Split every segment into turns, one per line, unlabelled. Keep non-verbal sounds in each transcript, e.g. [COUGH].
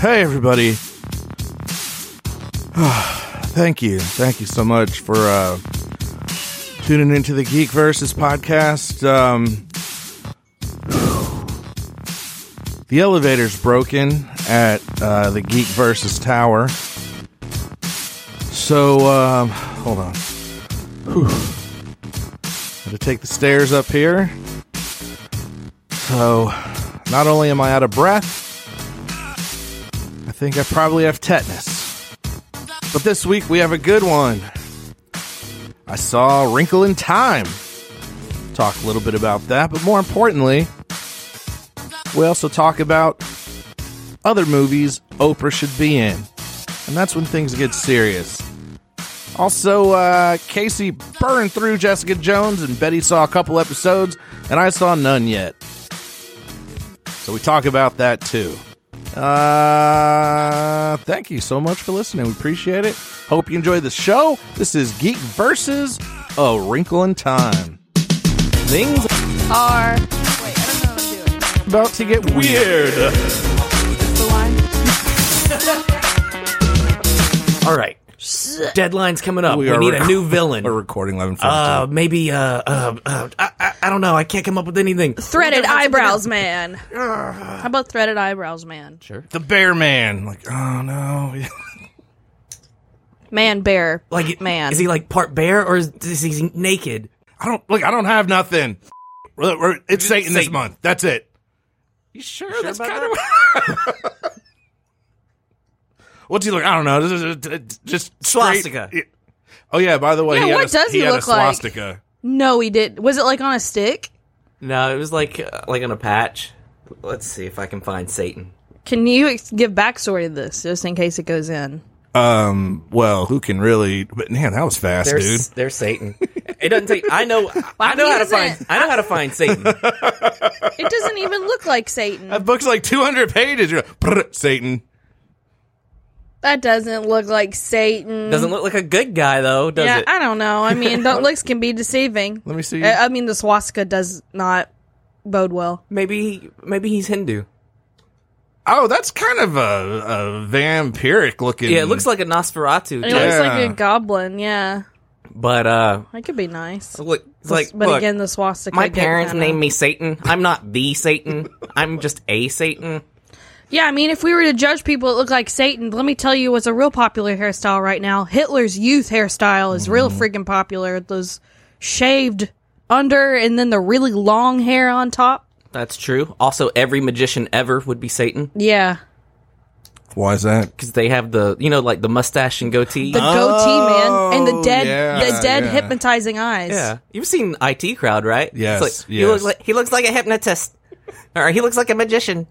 Hey, everybody. [SIGHS] Thank you. Thank you so much for uh, tuning into the Geek Versus podcast. Um, the elevator's broken at uh, the Geek Versus Tower. So, um, hold on. Whew. Had to take the stairs up here. So, not only am I out of breath, I think I probably have tetanus. But this week we have a good one. I saw Wrinkle in Time. Talk a little bit about that, but more importantly, we also talk about other movies Oprah should be in. And that's when things get serious. Also, uh, Casey burned through Jessica Jones, and Betty saw a couple episodes, and I saw none yet. So we talk about that too. Uh, thank you so much for listening. We appreciate it. Hope you enjoyed the show. This is Geek versus A Wrinkle in Time. Things
are. Wait, I don't know what I'm doing.
about to get weird.
The line.
All right. Deadline's coming up.
We
We,
are
need
reco-
a new villain.
We're recording 11
Uh, maybe, uh, uh, uh I, I, I don't know. I can't come up with anything.
Threaded eyebrows, man. How about threaded eyebrows, man?
The Bear Man. Like, oh no. [LAUGHS]
Man bear.
Like, it-
man.
Is he like part bear or is, is he naked?
I don't, look, I don't have nothing. We're- we're- it's Satan this
Satan.
month. That's it.
You sure?
That's kind of. What's he look? I don't know. Just- Just, just straight-
Swastika.
Oh yeah. By the way,
Yeah,
he had
what
a,
does he
had
look
a
like?
swastika.
no, he did. Was it like on a stick?
[LAUGHS] No, it was like uh, like on a patch. Let's see if I can find Satan.
Can you ex- give backstory to this just in case it goes in?
Um. Well, who can really? But man, that was fast,
There's
dude.
there's Satan. It doesn't take. I know. I know
he
how to
isn't.
find. I know how to find Satan.
It doesn't even look like Satan.
That book's like 200 pages. You're like, "Brr, Satan.
That doesn't look like Satan.
Doesn't look like a good guy though, does
yeah,
it?
I don't know. I mean, the looks can be deceiving.
Let me see.
I I mean, the swastika does not bode well.
Maybe maybe he's Hindu.
Oh, that's kind of a, a vampiric looking.
Yeah, it looks like a Nosferatu,
It looks
type,
Yeah.
like a goblin. Yeah,
but uh,
that could be nice.
look, it's like
but
look,
again, the swastika.
My
didn't
parents
kinda-
named me Satan. I'm not
[LAUGHS]
the Satan. I'm just a Satan.
Yeah, I mean, if we were to judge people that look like Satan, let me tell you what's a real popular hairstyle right now. Hitler's youth hairstyle is real
Mm-hmm.
freaking popular. Those shaved under and then the really long hair on top.
That's true. Also, every magician ever would be Satan
Yeah.
Why is that?
because they have the you know like the mustache and goatee. Oh, [LAUGHS]
The goatee, man. And the dead,
Oh, yeah,
the dead
yeah.
hypnotizing eyes.
yeah, you've seen IT Crowd, right?
Yes,
It's like,
yes.
He looks like he looks like a hypnotist, or he looks like a magician.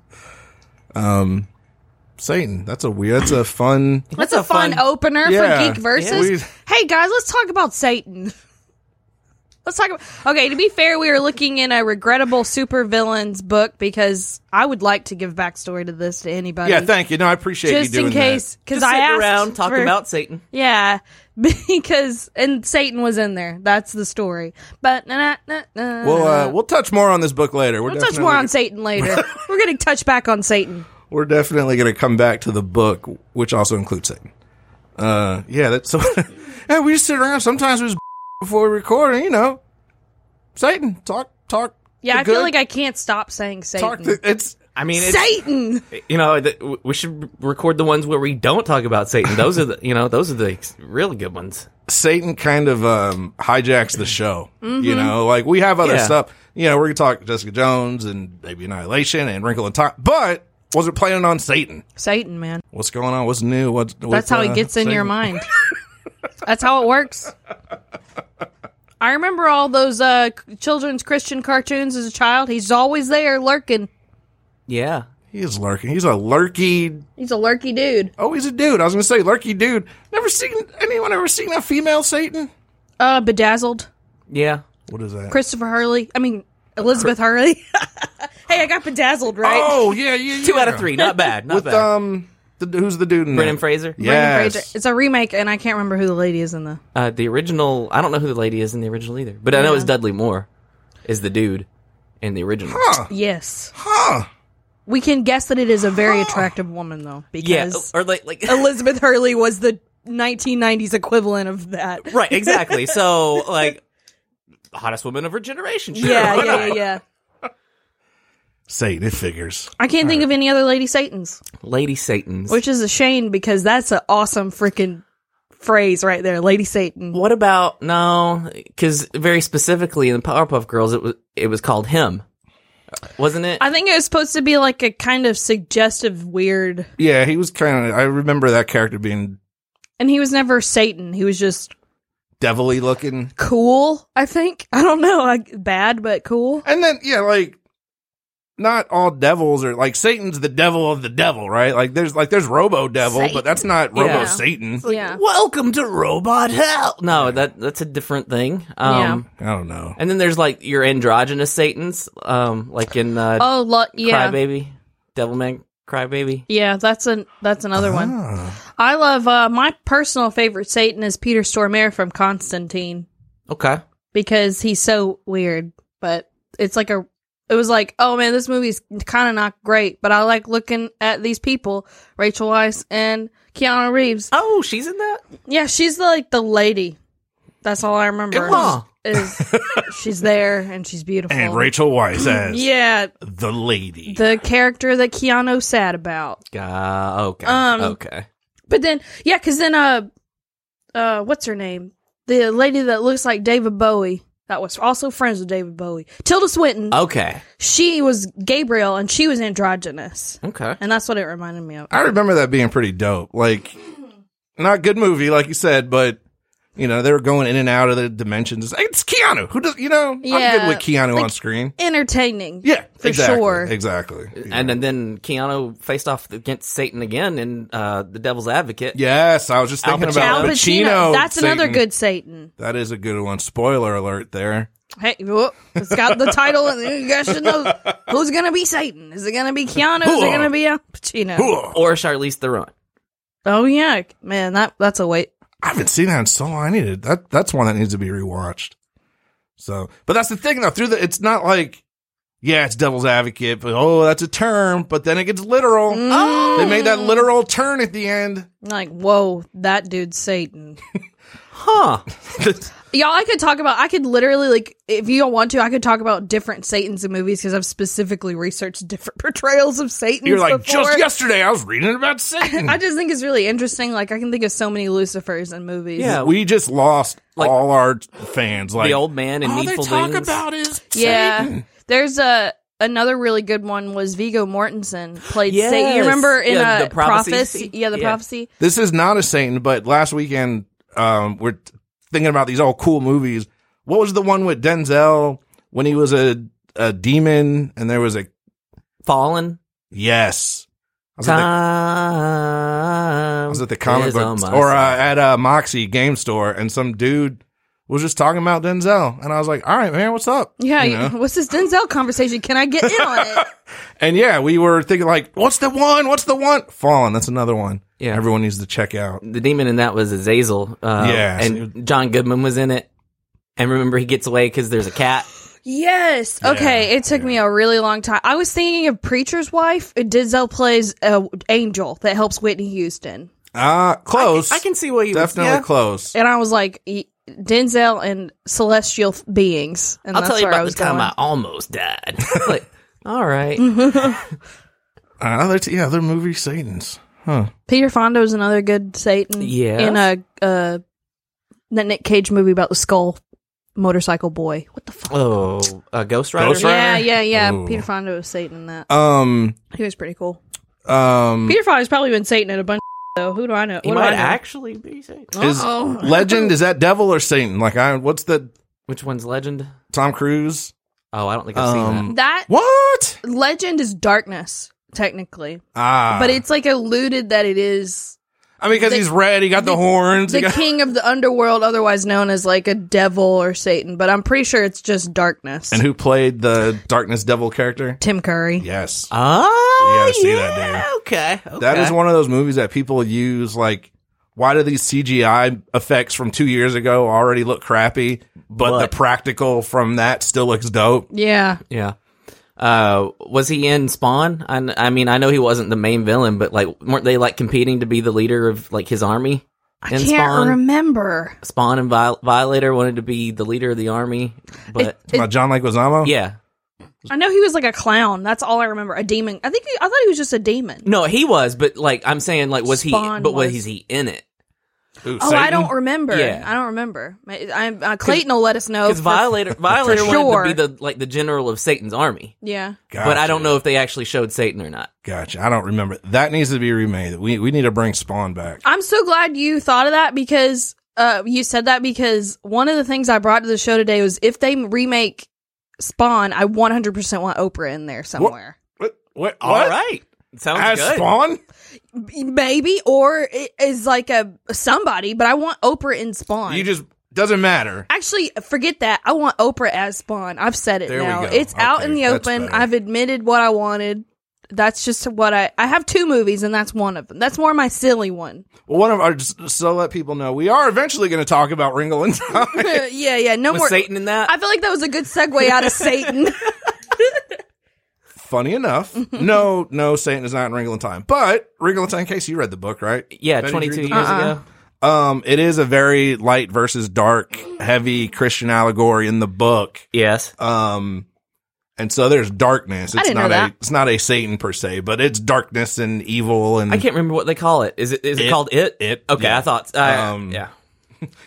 Satan. That's a weird. That's a fun.
That's, a, fun, opener
Yeah.
for Geek Versus.
We-
Hey guys, let's talk about Satan. Let's talk about Okay, to be fair, we are looking in a regrettable supervillains book because I would like to give backstory to this to anybody.
Yeah. Thank you. No, I appreciate
just
you doing
in case because
Just
I
sitting
asked
around talking
for-
about Satan.
yeah [LAUGHS] because and Satan was in there. That's the story. But na, na, na, na,
that. We'll
na.
uh, we'll touch more on this book later. We're
we'll touch more on Satan later.
[LAUGHS]
We're gonna touch back on Satan.
We're definitely going to come back to the book, which also includes Satan. Uh, yeah, that's so. [LAUGHS] yeah, we just sit around. Sometimes it was [LAUGHS] before recording, you know. Satan, talk, talk.
Yeah,
the
I
good,
feel like I can't stop saying
talk.
Satan.
The, it's
I mean, it's,
[LAUGHS]
Satan.
you know, th- w- we should record the ones where we don't talk about Satan. Those are the you know those are the really good ones.
Satan kind of um, hijacks the show.
Mm-hmm.
You know, like we have other
Yeah.
stuff. You know, we're gonna talk Jessica Jones and maybe Annihilation and Wrinkle in Time, but wasn't planning on Satan.
Satan, man.
What's going on? What's new? What's,
That's
what's,
how he
uh,
gets in your
Satan? [LAUGHS]
mind. That's how it works. I remember all those uh, c- children's Christian cartoons as a child. He's always there lurking.
Yeah,
He is lurking. He's a lurky.
He's a lurky dude.
Oh, he's a dude. I was gonna say lurky dude. Never seen anyone ever seen a female Satan.
Uh, bedazzled.
yeah.
What is that?
Christopher Hurley. I mean, Elizabeth Hurley. [LAUGHS] hey, I got bedazzled, right?
Oh yeah, yeah,
Two
yeah.
out of three, not bad, not
With
bad.
um, the, who's the dude? in
Brendan
that?
Fraser.
Brendan
Yes.
Fraser. It's a remake, and I can't remember who the lady is in the.
Uh, the original, I don't know who the lady is in the original either, but I know it's Dudley Moore, is the dude in the original.
Huh.
Yes.
Huh.
We can guess that it is a very attractive woman though,
Yeah, Oh,
because
or like like
Elizabeth Hurley was the 1990s equivalent of that.
[LAUGHS] right, exactly. So like hottest woman of her generation.
[LAUGHS]
Sure,
Yeah,
why
yeah, yeah,
not?
yeah.
Satan, it figures.
I can't think of any other Lady Satan's,
Lady Satan's.
which is a shame because that's an awesome freaking phrase right there, Lady Satan.
what about no? Because very specifically in Powerpuff Girls, it was it was called him, wasn't it?
I think it was supposed to be like a kind of suggestive weird,
Yeah, he was kind of. I remember that character being
and he was never Satan. He was just
devilly looking.
cool. I think I don't know, like bad but cool.
And then, yeah, like not all devils are like Satan's the devil of the devil, right? Like there's like there's Robo Devil, but that's not Robo
Yeah.
Satan.
yeah,
Welcome to Robot Hell. No, that that's a different thing. Um,
I don't know.
And then there's like your androgynous Satan's, um, like in uh,
Oh, lo- yeah,
Crybaby, Devilman Crybaby.
yeah. That's an that's another
Ah.
one. I love uh, my personal favorite Satan is Peter Stormare from Constantine
Okay.
because he's so weird. But it's like a it was like oh man, this movie's kind of not great, but I like looking at these people, Rachel Weisz and Keanu Reeves.
Oh, she's in that.
Yeah, she's the, like the lady. That's all I remember.
Emma.
Is, she's there and she's beautiful
And Rachel Weisz as
Yeah,
the lady.
the character that Keanu's sad about.
Uh, okay.
Um,
okay.
But then, yeah, because then, uh, uh, what's her name? The lady that looks like David Bowie, that was also friends with David Bowie, Tilda Swinton.
Oh.
Okay.
She was Gabriel, and she was androgynous,
Okay.
and that's what it reminded me of.
I remember that being pretty dope. Like, not a good movie, like you said, but you know they were going in and out of the dimensions. It's Keanu. Who does you know? I'm good
Yeah.
with Keanu on screen.
Entertaining,
Yeah,
for
exactly,
sure.
Exactly.
And then, then Keanu faced off against Satan again in uh, The Devil's Advocate.
Yes, I was just thinking
Al
about
Al
Al
Pacino,
Pacino.
that's another
Satan.
good Satan.
That is a good one. Spoiler alert there.
Hey, whoop, it's got the title, and you guys should know
[LAUGHS]
who's gonna be Satan. Is it gonna be Keanu? Is it gonna be Al Pacino?
Or Charlize Theron.
Oh yeah, man, that that's a wait.
I haven't seen that in so long. I needed that. That's one that needs to be rewatched. So, but that's the thing though. Through the, it's not like, yeah, it's devil's advocate, but oh, that's a term. But then it gets literal.
Mm.
They made that literal turn at the end. [LAUGHS]
Like, whoa, that dude's Satan.
[LAUGHS]
Huh.
Y'all, I could talk about. I could literally like, if you don't want to, I could talk about different Satan's in movies because I've specifically researched different [LAUGHS] portrayals of Satan.
You're like,
before.
just yesterday I was reading about
[LAUGHS]
Satan.
I just think it's really interesting. Like, I can think of so many Lucifers in movies.
Yeah.
we just lost
Like-
all our fans. Like
the old man in
all Oh, they
Needful
talk
Things.
about is
yeah.
Satan.
There's a another really good one was Vigo Mortensen played
Yes.
Satan. You remember in
Yeah,
a
the prophecy.
prophecy? Yeah, the
Yeah.
prophecy.
This is not a Satan, but last weekend um, we're t- thinking about these all cool movies. What was the one with Denzel when he was a a demon and there was a
Fallen.
yes. I was, at the,
Time.
I was at the comic
is
book
on my
or uh,
side.
at a Moxie game store, and some dude was just talking about Denzel, and I was like, "All right, man, what's up?"
Yeah.
You know?
What's this Denzel conversation? Can I get in on it?
And yeah, we were thinking like, "What's the one? What's the one?" Fallen. That's another one.
Yeah.
everyone needs to check out.
the demon in that was Azazel. Uh,
Yes.
And John Goodman was in it. And remember, he gets away because there's a cat.
Yes. Okay. it took me a really long time. I was thinking of Preacher's Wife. Denzel plays a angel that helps Whitney Houston,
Ah, close.
I can see why you
definitely
yeah.
close.
and I was like, e- Denzel and celestial th- beings. And
I'll
that's
tell you
where I
about the
was
time
going. Mm.
I
[LAUGHS]
almost died. [LAUGHS] like, all right.
Another t- yeah, Uh, other movie Satan's.
Peter Fonda is another good Satan.
Yes.
In a uh, that Nick Cage movie about the skull motorcycle boy. What the fuck?
Oh, uh, Ghost Rider.
Ghost Rider?
Yeah, yeah, yeah.
Ooh.
Peter Fonda was Satan in that.
Um,
He was pretty cool.
um,
Peter Fonda's probably been Satan in a bunch. of [LAUGHS] Though, who do I know?
Mm. He
What Oh. do I
might
know?
actually be Satan.
is
Uh-oh.
legend is that devil or Satan? Like I, what's the
Which one's Legend?
Tom Cruise?
Oh, I don't think I've seen
Um,
That
What?
Legend is darkness, technically,
Ah,
but it's like alluded that it is
I mean, because
the-
he's red, he got the,
the-
horns.
the
he got,
king of the underworld, otherwise known as like a devil or Satan. But I'm pretty sure it's just darkness.
and who played the darkness devil character?
Tim Curry.
Yes,
that. Oh,
You gotta see
yeah,
that, dude.
Okay, okay.
that is one of those movies that people use. Like, why do these CGI effects from two years ago already look crappy, but,
But-
the practical from that still looks dope?
Yeah,
Yeah. Uh, was he in Spawn? I, I mean, I know he wasn't the main villain, but like, weren't they like competing to be the leader of like his army?
I
in
can't
Spawn,
remember.
Spawn and Viol- Violator wanted to be the leader of the army, but
It-
About John Leguizamo?
yeah,
I know he was like a clown. That's all I remember. A demon. I think he, I thought he was just a demon.
no, he was. But like, I'm saying, like, was he?
Spawn
But was,
was.
he in it?
Ooh,
Oh, I
Satan?
don't remember.
Yeah.
I don't remember. I, I, uh, Clayton will let us know.
Because
for-
Violator, Violator
sure.
wanted to be the like the general of Satan's army,
Yeah.
Gotcha.
but I don't know if they actually showed Satan or not.
Gotcha. I don't remember. That needs to be remade. We we need to bring Spawn back.
I'm so glad you thought of that because uh, you said that because one of the things I brought to the show today was if they remake Spawn, I 100% want Oprah in there somewhere.
What? What?
All right, sounds
As
good.
Spawn?
Maybe, or it is like a somebody, but I want Oprah in Spawn.
You just doesn't matter.
Actually, forget that. I want Oprah as Spawn. I've said it
There we
now.
go.
It's out in
Okay,
the
that's
open.
better.
I've admitted what I wanted. That's just what I I have two movies and that's one of them. That's more my
[LAUGHS]
silly one.
Well, one of our just so let people know we are eventually going to talk about Ringo and Time.
[LAUGHS]
Uh, yeah, yeah, no
Was
more
Satan in that?
I feel like that was a good segue out of Satan.
[LAUGHS] Funny enough, no, no, Satan is not in Ringo and Time, but Ringo and Time. Casey, you read the book, right?
yeah,
Betty
22
Green-
years ago.
Um, it is a very light versus dark, heavy Christian allegory in the book.
Yes.
Um, and so there's darkness. It's
didn't
not
know
a
that.
it's not a Satan per se, but it's darkness and evil. And
I can't remember what they call it. Is it is it,
It.
called it?
It,
Okay,
yeah.
I thought. I-
Um,
yeah,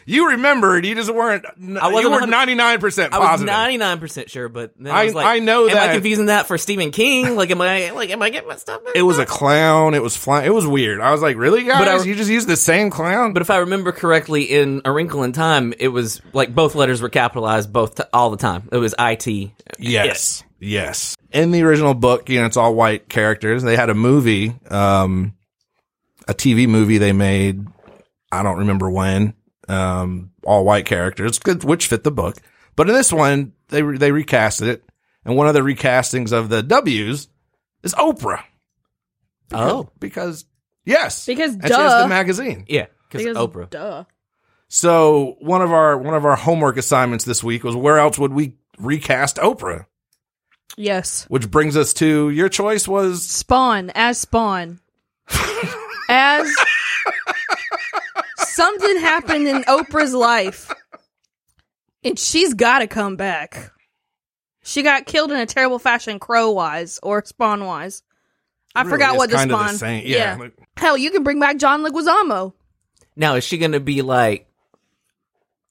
you remembered. You just weren't. I
wasn't
you were
100
ninety nine percent
I was
positive.
ninety nine percent sure, but then
I-
I was like,
I know
am
that-
I confusing that for
[LAUGHS]
Stephen King? Like, am I like am I getting my stuff?
it was a clown. It was flying. It was weird. I was like, really, guys?
But I-
you just used the same clown?
But if I remember correctly, in A Wrinkle in Time, it was like both letters were capitalized both t- all the time. It was it.
Yes. Yes. In the original book, you know, it's all white characters. They had a movie, um, a TV movie they made. I don't remember when. Um, all white characters, good- which fit the book. But in this one, they re- they recasted it, and one of the recastings of the W's is Oprah
Oh,
because yes,
Because
and she has
duh.
the magazine.
yeah, because
Because,
Oprah.
Duh.
So one of our one of our homework assignments this week was where else would we recast Oprah?
Yes.
Which brings us to your choice was
Spawn as Spawn. as something happened in Oprah's life. And she's got to come back. She got killed in a terrible fashion crow wise or spawn wise. I
really
forgot
is
what the
kind of
spawn.
same. Yeah.
Hell, you can bring back John Leguizamo.
Now is she going to be like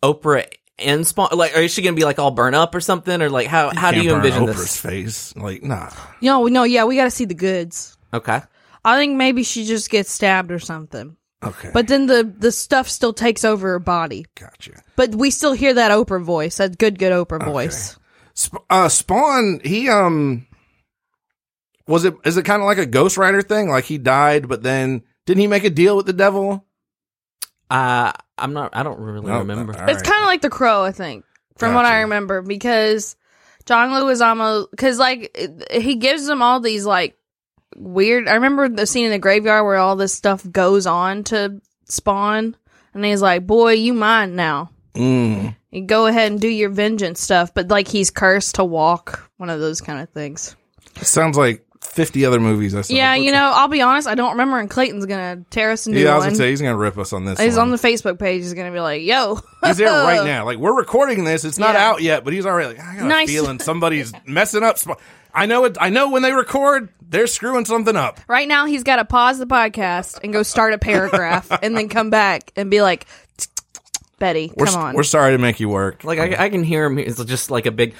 Oprah and Spawn? Like, or is she going to be like all burnt up or something? Or like how how do
Can't
you
burn
envision
Oprah's
this?
face? Like, nah.
No, no, yeah, we got to see the goods.
Okay,
I think maybe she just gets stabbed or something.
Okay.
But then the the stuff still takes over her body.
gotcha.
But we still hear that Oprah voice, that good, good Oprah voice.
Sp- uh, Spawn, he um was it is it kind of like a Ghost Rider thing? Like he died, but then didn't he make a deal with the devil? Oh,
uh, I'm not. I don't really remember.
all
It's
right.
kind of like The Crow, I think, from what
Gotcha.
I remember, because John Leguizamo, because like it- he gives them all these like weird. I remember the scene in the graveyard where all this stuff goes on to spawn, and he's like, "Boy, you mine now.
Mm.
You go ahead and do your vengeance stuff." But like he's cursed to walk, one of those kind of things.
It sounds like fifty other movies. I saw.
yeah, you know, I'll be honest, I don't remember. And Clayton's gonna tear us a new
Yeah, I was
one.
gonna say he's gonna rip us on this.
he's
one.
on the Facebook page. He's gonna be like, "Yo, [LAUGHS]
He's there right now. Like we're recording this. It's not
Yeah.
out yet, but he's already like, I got
Nice.
a feeling somebody's [LAUGHS] messing up. Sp- I know it. I know when they record, they're screwing something up.
Right now, he's got to pause the podcast and go start a paragraph and then come back and be like, Betty,
We're,
come on.
we're sorry to make you work.
Like I, I can hear him. It's just like a big.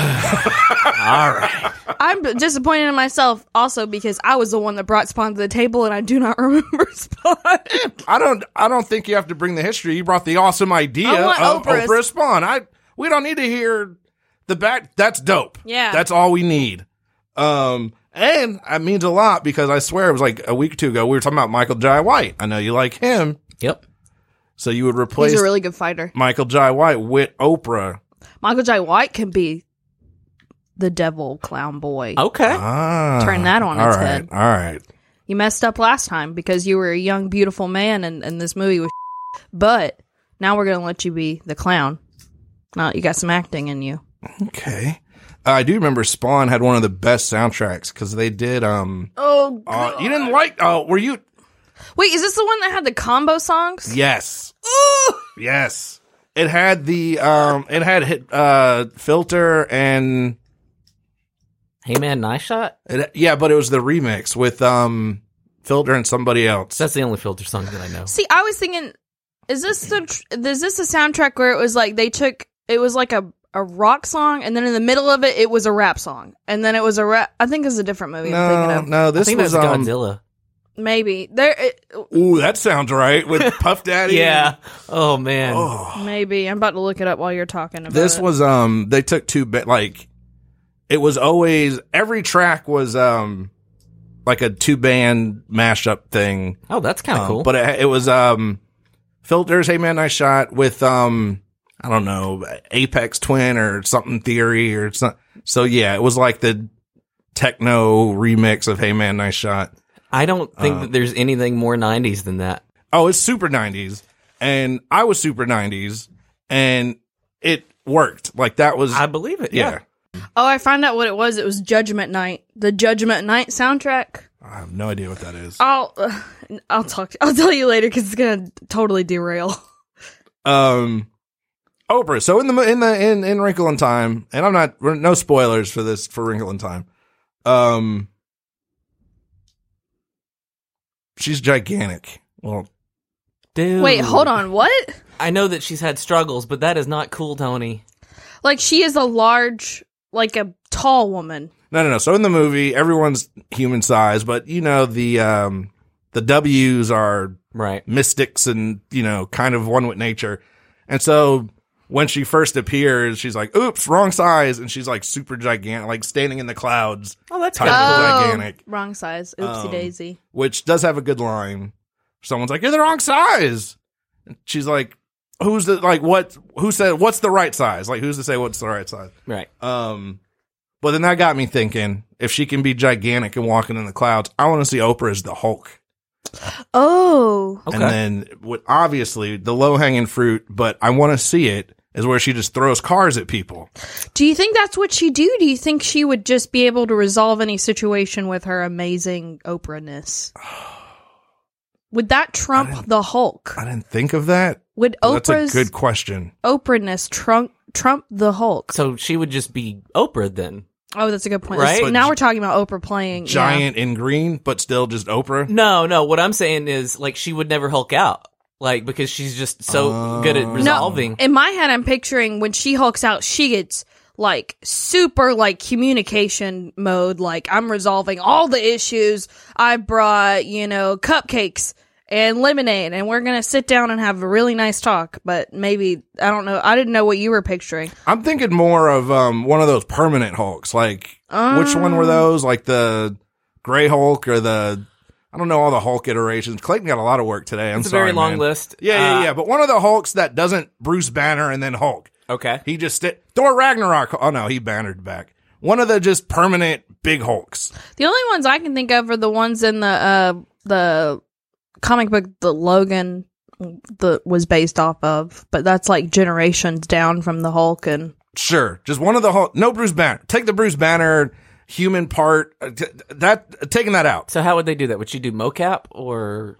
all right.
I'm disappointed in myself also because I was the one that brought Spawn to the table and I do not [LAUGHS] remember Spawn.
I don't. I don't think you have to bring the history. You brought the awesome idea
I want
of Oprah.
Oprah's.
Spawn. I. We don't need to hear the back. That's dope.
Yeah.
that's all we need. Um, and that means a lot because I swear it was like a week or two ago we were talking about Michael Jai White. I know you like him,
Yep.
so you would replace
he's a really good fighter.
Michael Jai White with Oprah.
Michael J. White can be the devil clown boy.
Okay.
Ah,
Turn that on
all
its
right,
head.
All right.
You messed up last time because you were a young, beautiful man and, and this movie was [LAUGHS] But now we're going to let you be the clown. Now you got some acting in you.
Okay. Uh, I do remember Spawn had one of the best soundtracks because they did. Um,
Oh,
uh, you didn't like? Oh, were you?
wait, is this the one that had the combo songs?
Yes, yes. It had the um, it had hit uh filter and
Hey man, nice shot.
it, yeah, but it was the remix with um filter and somebody else.
That's the only filter song that I know.
See, I was thinking, is this the tr- is this the soundtrack where it was like they took it was like a a rock song, and then in the middle of it, it was a rap song, and then it was a rap. I think it's a different movie. I'm
No,
thinking
no,
I
this
think
was
that's
um.
Godzilla.
Maybe there, it,
Ooh, that sounds right with Puff Daddy.
[LAUGHS]
Yeah. Oh man.
maybe I'm about to look it up while you're talking about
This
Uh,
it.
was um they took two bit like it was always every track was um like a two band mashup thing.
Oh, that's kind of
Um,
cool.
But it, it was um filters, hey man, I shot with um I don't know, Apex Twin or something theory or something. So yeah, it was like the techno remix of Hey Man Nice Shot.
I don't think that there's anything more '90s than that.
Oh, it's super nineties. And I was super nineties and it worked. Like that was
I believe it. Yeah.
yeah.
oh, I found out what it was. It was Judgment Night, the Judgment Night soundtrack.
I have no idea what that is.
I'll [SIGHS] I'll talk. I'll tell you later because it's gonna totally derail.
um Oprah. So in the in the in in Wrinkle in Time, and I'm not we're, no spoilers for this for Wrinkle in Time. Um, she's gigantic. Well,
Dude.
Wait, hold on. What?
I know that she's had struggles, but that is not cool, Tony.
Like she is a large, like a tall woman.
no, no, no. So in the movie, everyone's human size, but you know the um the W's are
Right.
mystics and you know kind of one with nature and so when she first appears she's like oops wrong size and she's like super gigantic like standing in the clouds
Oh, that's
Type
kinda
of
cool.
Oh,
gigantic
Wrong size. Oopsie
Um,
daisy.
which does have a good line someone's like you're the wrong size and she's like who's the like what who said what's the right size like who's to say what's the right size
Right.
um but then that got me thinking if she can be gigantic and walking in the clouds i want to see oprah as the hulk
Oh.
Okay.
And then, what obviously the low hanging fruit, but I want to see it is where she just throws cars at people.
Do you think that's what she do? Do you think she would just be able to resolve any situation with her amazing
[SIGHS]
Oprahness? Would that trump the Hulk?
I didn't think of that.
Would
That's a
Oprah's
good question.
Oprahness trump trump the Hulk?
so she would just be Oprah then.
Oh, that's a good point.
Right?
So now we're talking about Oprah playing yeah.
Giant in green, but still just Oprah.
No, no. What I'm saying is, like, she would never Hulk out, like, because she's just so good
Oh.
at resolving.
In my head, I'm picturing when she hulks out, she gets like super like communication mode. Like I'm resolving all the issues. I brought you know cupcakes and lemonade, and we're gonna sit down and have a really nice talk. But maybe I don't know. I didn't know what you were picturing.
I'm thinking more of um, one of those permanent Hulks. Like, which one were those? Like the Gray Hulk or the. I don't know all the Hulk iterations. Clayton got a lot of work today. I'm
It's a
sorry,
very long
man.
list.
Yeah, yeah,
Uh,
yeah. But one of the Hulks that doesn't Bruce Banner and then Hulk.
Okay.
He just st- Thor Ragnarok. Oh no, he bannered back. One of the just permanent big hulks.
The only ones I can think of are the ones in the uh the comic book that Logan the was based off of, but that's like generations down from the Hulk and.
Sure, just one of the hulk. No Bruce Banner. Take the Bruce Banner human part. uh, t- that taking that out.
So how would they do that? Would she do mocap or?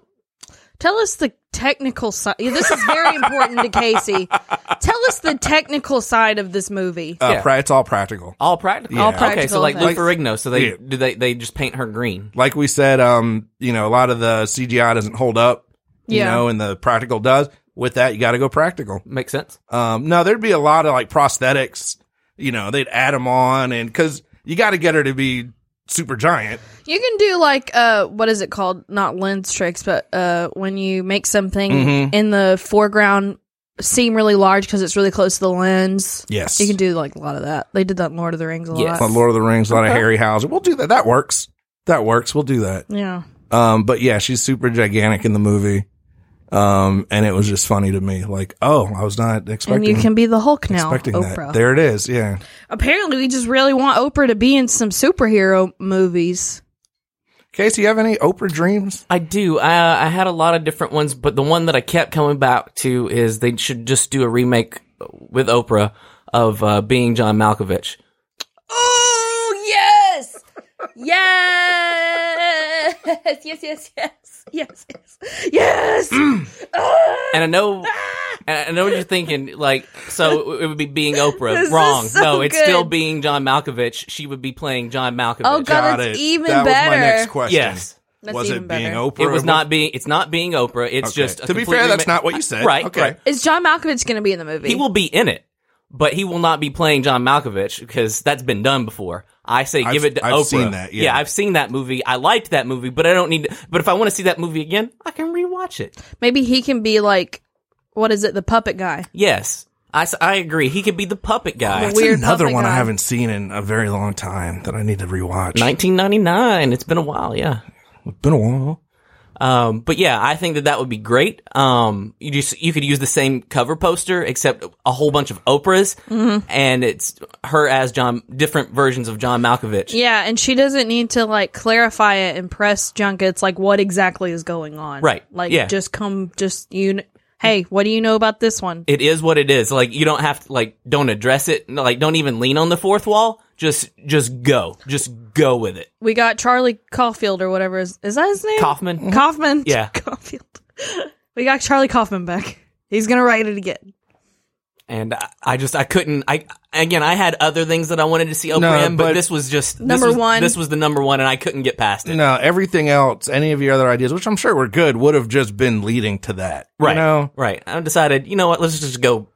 Tell us the technical side. this is very important to Casey. Tell us the technical side of this movie.
Uh,
Yeah.
pra- it's all practical.
All practical.
All
Okay, so
practical
like Lou
effects.
Ferrigno. So they
Yeah.
do they they just paint her green.
Like we said, um, you know, a lot of the CGI doesn't hold up. You
Yeah.
know, and the practical does. With that, you got to go practical.
Makes sense.
Um, no, there'd be a lot of like prosthetics. You know, they'd add them on, and because you got to get her to be super giant.
you can do like uh what is it called? Not lens tricks, but uh when you make something
Mm-hmm.
in the foreground seem really large because it's really close to the lens.
Yes,
You can do like a lot of that. They did that in Lord of the Rings a
Yes.
on
lot.
Lord of the Rings, a lot
Uh-huh.
of
Okay.
Harry Houser. We'll do that. That works. That works. We'll do that.
Yeah.
Um, but yeah, she's super gigantic in the movie. Um, and it was just funny to me. Like, oh, I was not expecting,
and you can be the Hulk now,
expecting
Oprah.
that. There it is. Yeah.
Apparently, we just really want Oprah to be in some superhero movies.
Casey, you have any Oprah dreams?
I do. I, I had a lot of different ones, but the one that I kept coming back to is they should just do a remake with Oprah of uh, being John Malkovich.
Oh,
Yes, yes, yes, yes, yes, yes, yes.
Mm.
And
[LAUGHS]
I know, and I know what you're thinking. Like, so it would be being Oprah.
This is
Wrong.
so
no, it's
good.
still being John Malkovich. She would be playing John Malkovich.
Oh, God.
Got
that's
it.
even
that was
better.
my next question.
Yes.
That's
was
even
it being
better.
Oprah?
It was not being. It's not being Oprah. It's
Okay.
just a
to be
completely
fair, that's
ma-
not what you said.
Right.
Okay.
Right.
Is John Malkovich going to be in the movie?
He will be in it, but he will not be playing John Malkovich because that's been done before. I say
I've-
give it to
I've
Oprah.
seen that, yeah.
I've seen that movie. I liked that movie, but I don't need. But if I want to see that movie again, I can rewatch it.
Maybe he can be like, what is it, the puppet guy?
Yes, I, s- I agree. He could be the puppet guy.
That's
Weird
another
puppet
one I
guy.
haven't seen in a very long time that I need to rewatch.
1999. It's been a while. Yeah.
Been a while.
Um, but yeah, I think that that would be great. Um, you just you could use the same cover poster except a whole bunch of Oprahs,
Mm-hmm.
and it's her as John, different versions of John Malkovich.
Yeah, and she doesn't need to like clarify it and press junkets like what exactly is going on.
Right,
Like
yeah.
just come just you kn- hey, what do you know about this one?
It is what it is. Like you don't have to like don't address it. No, Like don't even lean on the fourth wall. Just just go. Just go with it.
We got Charlie Caulfield or whatever is is that his name?
Kaufman.
Kaufman.
Yeah.
[LAUGHS] Caulfield. we got Charlie Kaufman back. He's gonna write it again.
And I, I just I couldn't I again I had other things that I wanted to see Oprah
No,
in, but,
but-
this was just this
Number
was-
one.
This was the number one, and I couldn't get past it.
No, everything else, any of your other ideas, which I'm sure were good, would have just been leading to that.
Right.
You know?
Right. I decided. You know what? Let's just go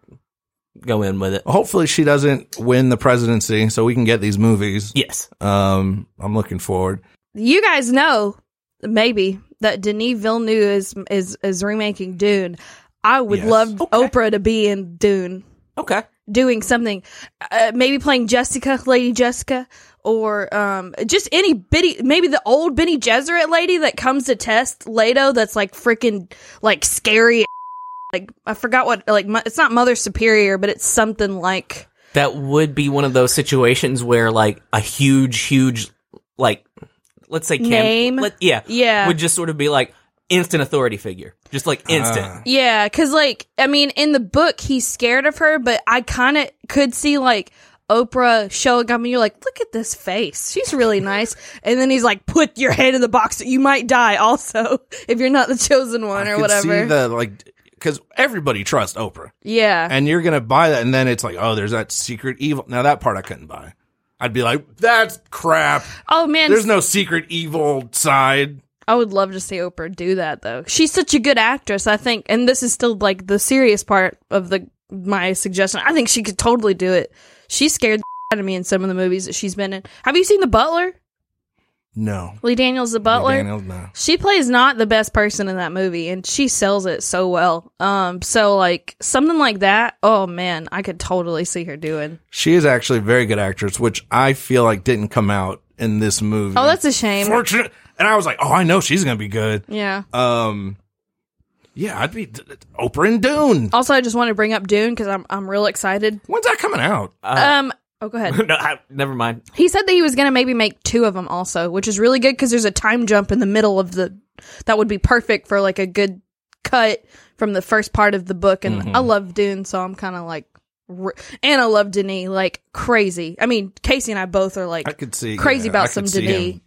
go in with it.
Hopefully she doesn't win the presidency so we can get these movies.
Yes.
Um, I'm looking forward.
You guys know maybe that Denis Villeneuve is is is remaking Dune. I would
Yes.
love
Okay.
Oprah to be in Dune.
Okay.
doing something, uh, maybe playing Jessica, Lady Jessica, or um, just any bitty, maybe the old Benny Gesserit lady that comes to test Leto. That's like freaking like scary. Like I forgot what like mo- it's not Mother Superior, but it's something like
That would be one of those situations where like a huge, huge like let's say Cam
Name?
Let, yeah.
yeah,
Would just sort of be like instant authority figure. Just like instant. [LAUGHS]
Ah.
Yeah, because like I mean, in the book he's scared of her, but I kind of could see like Oprah showing up, and you're like, look at this face, she's really nice. and then he's like, put your head in the box, you might die also [LAUGHS] if you're not the chosen one
I
or
could
whatever.
see the, like, because everybody trusts Oprah.
yeah,
And you're going to buy that. And then it's like, oh, there's that secret evil. Now, that part I couldn't buy. I'd be like, that's crap.
oh man,
There's no secret evil side.
I would love to see Oprah do that though. She's such a good actress, I think. And this is still like the serious part of the my suggestion. I think she could totally do it. She scared the [LAUGHS] out of me in some of the movies that she's been in. Have you seen The Butler?
No.
Lee Daniels, The Butler.
Daniels, no.
She plays not the best person in that movie, and she sells it so well. Um, so like something like that. Oh man, I could totally see her doing.
She is actually a very good actress, which I feel like didn't come out in this movie.
Oh, that's a shame.
fortunate. And I was like, oh, I know she's gonna be good.
yeah.
Um, yeah, I'd be d- d- Oprah and Dune.
Also, I just want to bring up Dune because I'm I'm real excited.
When's that coming out?
Um. Oh, go
[LAUGHS]
ahead.
no, I, never mind.
He said that he was going to maybe make two of them also, which is really good because there's a time jump in the middle of the. That would be perfect for like a good cut from the first part of the book. And I love Dune, so I'm kind of like. r- And I love Denis like crazy. I mean, Casey and I both are like
I could see
crazy
yeah, I
about
could
some
see
Denis.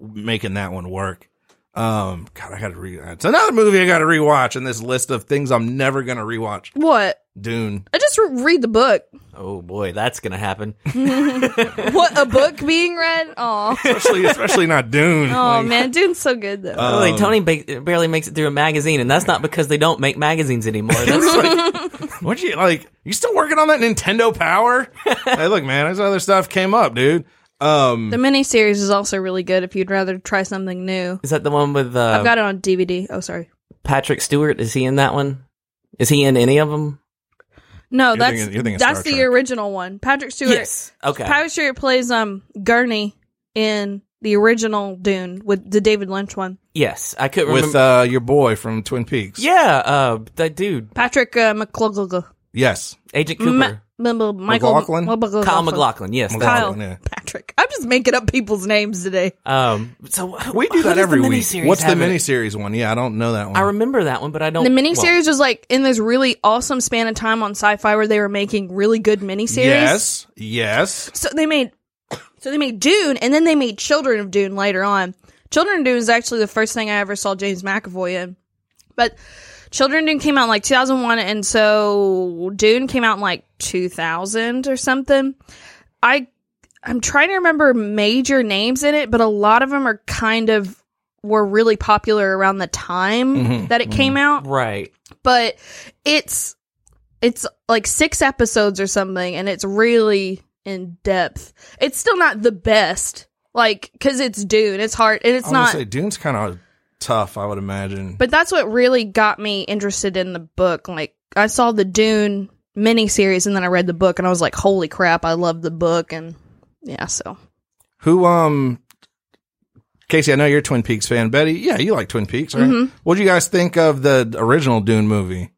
him making that one work. Um, God, I gotta re. It's another movie I gotta rewatch in this list of things I'm never gonna rewatch.
What?
Dune.
I just re- read the book.
Oh boy, that's gonna happen.
What a book being read. Oh,
Especially, especially not Dune.
[LAUGHS]
oh man, Dune's so good though.
Um,
Oh, like, Tony ba- barely makes it through a magazine, and that's not because they don't make
[LAUGHS]
magazines anymore. That's like,
What you like? You still working on that Nintendo
[LAUGHS]
Power? hey, look, man, this other stuff came up, dude. Um,
the miniseries is also really good if you'd rather try something new.
is that the one with
I've
uh,
got it on DVD. Oh, sorry.
Patrick Stewart? Is he in that one? Is he in any of them?
No,
You're
that's
thinking- you're thinking
that's
Star
the
Trek.
original one. Patrick Stewart.
Okay.
Patrick Stewart plays um Gurney in the original Dune with the David Lynch one.
yes, I could remember.
with uh, your boy from Twin Peaks.
yeah, uh, that dude,
Patrick uh, McCluggle.
Yes.
Agent Cooper.
Ma- Michael
McLaughlin?
McLaughlin.
Kyle McLaughlin, yes. that-
Kyle
McLaughlin, yeah.
Patrick. I'm just making up people's names today.
Um, so wh-
We
who
do that
does
every
the
week.
miniseries
What's the
have in it?
miniseries one? Yeah, I don't know that one.
I remember that one, but I don't.
The
Oh, well,
miniseries was like in this really awesome span of time on sci-fi where they were making really good miniseries.
yes. Yes.
So they made So they made Dune, and then they made Children of Dune later on. Children of Dune is actually the first thing I ever saw James McAvoy in. But Children of Dune came out in like 2001, and so Dune came out in like 2000 or something. I I'm trying to remember major names in it, but a lot of them are kind of were really popular around the time that it came out.
Right.
But it's it's like six episodes or something, and it's really in depth. It's still not the best, like because it's Dune. It's hard, and it's
I'm
not.
gonna say Dune's kind of tough. I would imagine.
But that's what really got me interested in the book. Like I saw the Dune miniseries and then I read the book and I was like, "Holy crap, I love the book." And yeah, so
Who um Casey, I know you're a Twin Peaks fan. Betty, yeah, you like Twin Peaks, right?
Mm-hmm.
What do you guys think of the original Dune movie?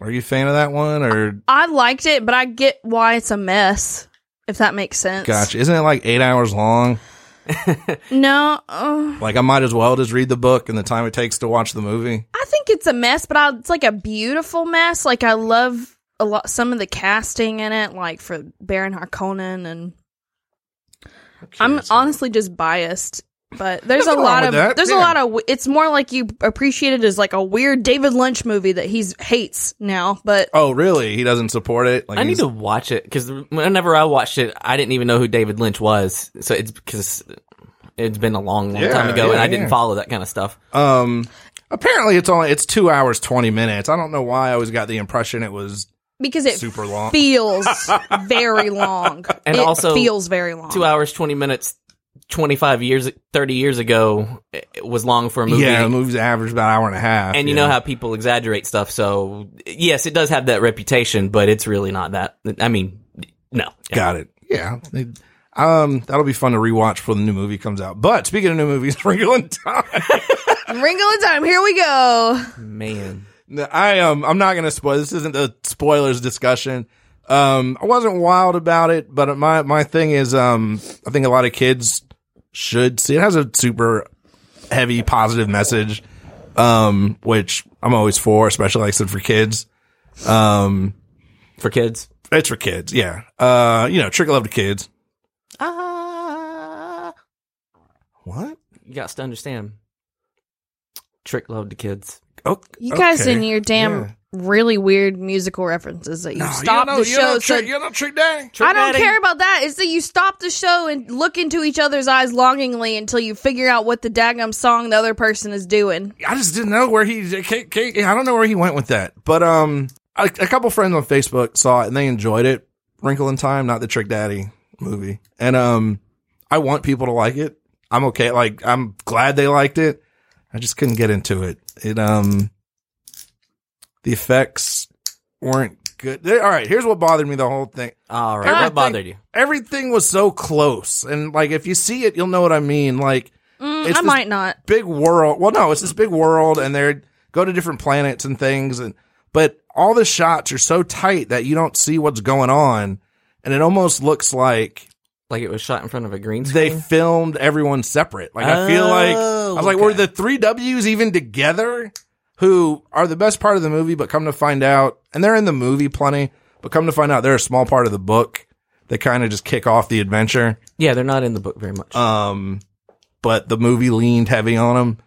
Are you a fan of that one or
I liked it, but I get why it's a mess. If that makes sense.
gotcha. Isn't it like 8 hours long?
No, uh,
Like I might as well just read the book and the time it takes to watch the movie.
I think it's a mess, but I, it's like a beautiful mess. Like I love a lot some of the casting in it, like for Baron Harkonnen, and I'm honestly just biased.
[LAUGHS]
But there's a
Nothing wrong
lot
with
of
that,
there's
yeah.
a lot of it's more like you appreciate it as like a weird David Lynch movie that he's hates now. But
Oh, really? He doesn't support it. Like
I need
he's-
to watch it because whenever I watched it, I didn't even know who David Lynch was. So it's because it's been a long, long
Yeah,
time ago,
yeah,
and I didn't
yeah.
follow that kind of stuff.
um apparently it's only it's 2 hours 20 minutes. I don't know why I always got the impression it was
because it
Super long.
feels
[LAUGHS]
very long,
And
it
also,
feels very long.
Two hours, twenty minutes, twenty five years, thirty years ago it it was long for a movie.
Yeah, the movie's average about an hour and a half.
and you
yeah.
know how people exaggerate stuff, so yes, it does have that reputation, but it's really not that. I mean, no. Yeah.
Got it. Yeah. They- um, that'll be fun to rewatch before the new movie comes out. But speaking of new movies, [LAUGHS] Wrinkle in Time.
Wrinkle in time. Here we go.
Man,
No, I um, I'm not gonna spoil. This isn't a spoilers discussion. Um, I wasn't wild about it, but my my thing is, um, I think a lot of kids should see. It has a super heavy positive message, um, which I'm always for, especially like I said for kids. Um,
for kids,
it's for kids, yeah. Uh, you know, trick love to kids.
ah,
What?
you got to understand. Trick love to kids.
Oh,
You guys
okay.
and your damn
Yeah.
really weird musical references that you
No, you
stop
don't know-
the
you don't
show.
Trick,
so
you don't trick daddy.
I don't care about that. It's that you stop the show and look into each other's eyes longingly until you figure out what the daggum song the other person is doing.
I just didn't know where he. K- K- I don't know where he went with that. But um, a, a couple friends on Facebook saw it and they enjoyed it. Wrinkle in Time, not the Trick Daddy movie. And um, I want people to like it. I'm okay. Like I'm glad they liked it. I just couldn't get into it. It um, the effects weren't good. They- all right, here's what bothered me the whole thing.
All right,
Everything-
what bothered you?
Everything was so close, and like if you see it, you'll know what I mean. Like
Mm,
It's
I
this-
might not.
big world. Well, no, it's this big world, and they go to different planets and things, and but all the shots are so tight that you don't see what's going on, and it almost looks like
Like it was shot in front of a green
they
screen.
filmed everyone separate. Like I feel like I was like,
Oh, okay.
were the three Ws even together? Who are the best part of the movie? But come to find out, and they're in the movie plenty. But come to find out, they're a small part of the book. They kind of just kick off the adventure.
yeah, they're not in the book very much.
Um, but the movie leaned heavy on them.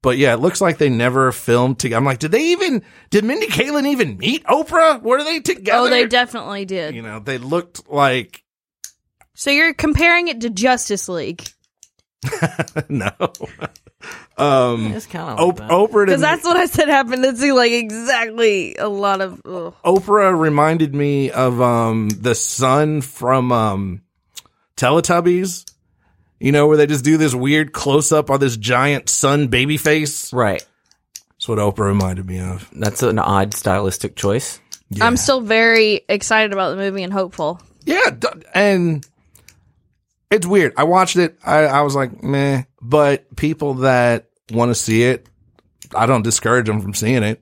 But yeah, it looks like they never filmed together. I'm like, did they even? Did Mindy Kaling even meet Oprah? Were they together?
Oh, they definitely did.
You know, they looked like [LAUGHS]
So you're comparing it to Justice League
no. um,
it's kind of like
Op-
that.
Oprah
because
didn't-
that's what I said happened. That's like exactly a lot of. Ugh.
Oprah reminded me of um the son from um Teletubbies. You know, where they just do this weird close up on this giant sun baby face.
right.
That's what Oprah reminded me of.
That's an odd stylistic choice.
I'm still very excited about the movie and hopeful.
Yeah, d- and it's weird. I watched it. I, I was like, meh. But people that want to see it, I don't discourage them from seeing it.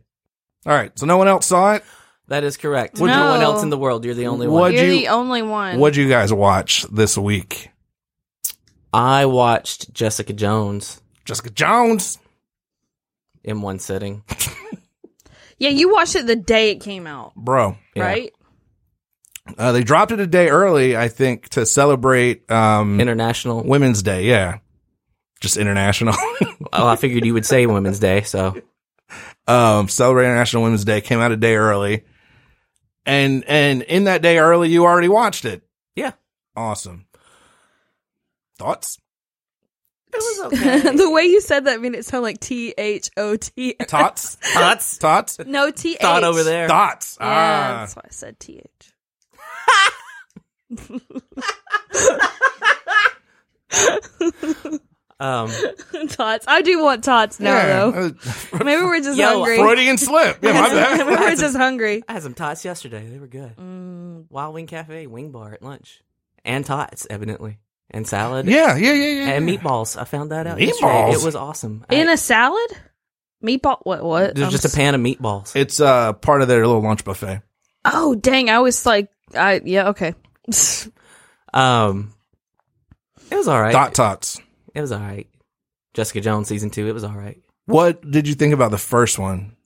All right. So no one else saw it.
That is correct.
No.
No one else in the world. You're the only one.
What'd
You're
you-
the only one.
What'd you guys watch this week?
I watched Jessica Jones
Jessica Jones.
in one sitting.
yeah, you watched it the day it came out,
Bro,
Yeah.
right?
Uh, they dropped it a day early, I think, to celebrate um,
International.
Women's Day. Yeah, just international. [LAUGHS]
Well, Oh, I figured you would say Women's Day, so
um, celebrate International Women's Day. Came out a day early, and and in that day early, you already watched it.
yeah.
Awesome. Thoughts?
was
[LAUGHS]
okay.
[LAUGHS] the way you said that made it sound like T H O T.
Tots?
[LAUGHS]
Thoughts?
Tots?
No T H.
Thought over there.
Thoughts.
Yeah,
Ah.
that's why I said T H. [LAUGHS]
Um,
Tots. I do want tots now though.
Yeah. Uh,
Maybe we're just
Yo,
[LAUGHS]
hungry. [LAUGHS]
Freudian slip. Yeah, my bad.
Maybe we're just hungry.
I had some tots yesterday. They were good. Wild Wing Cafe, wing bar at lunch, and tots evidently, and salad.
Yeah, yeah, yeah, yeah.
And
yeah.
meatballs. I found that out. yesterday.
Meatballs?
It was awesome. I-
In a salad? Meatball? What? What?
there's
I'm
just a
s-
pan of meatballs.
It's uh part of their little lunch buffet.
Oh dang! I was like, I yeah okay.
Um, it was all right.
Dot tots.
It was all right. Jessica Jones season two. It was all right.
What did you think about the first one?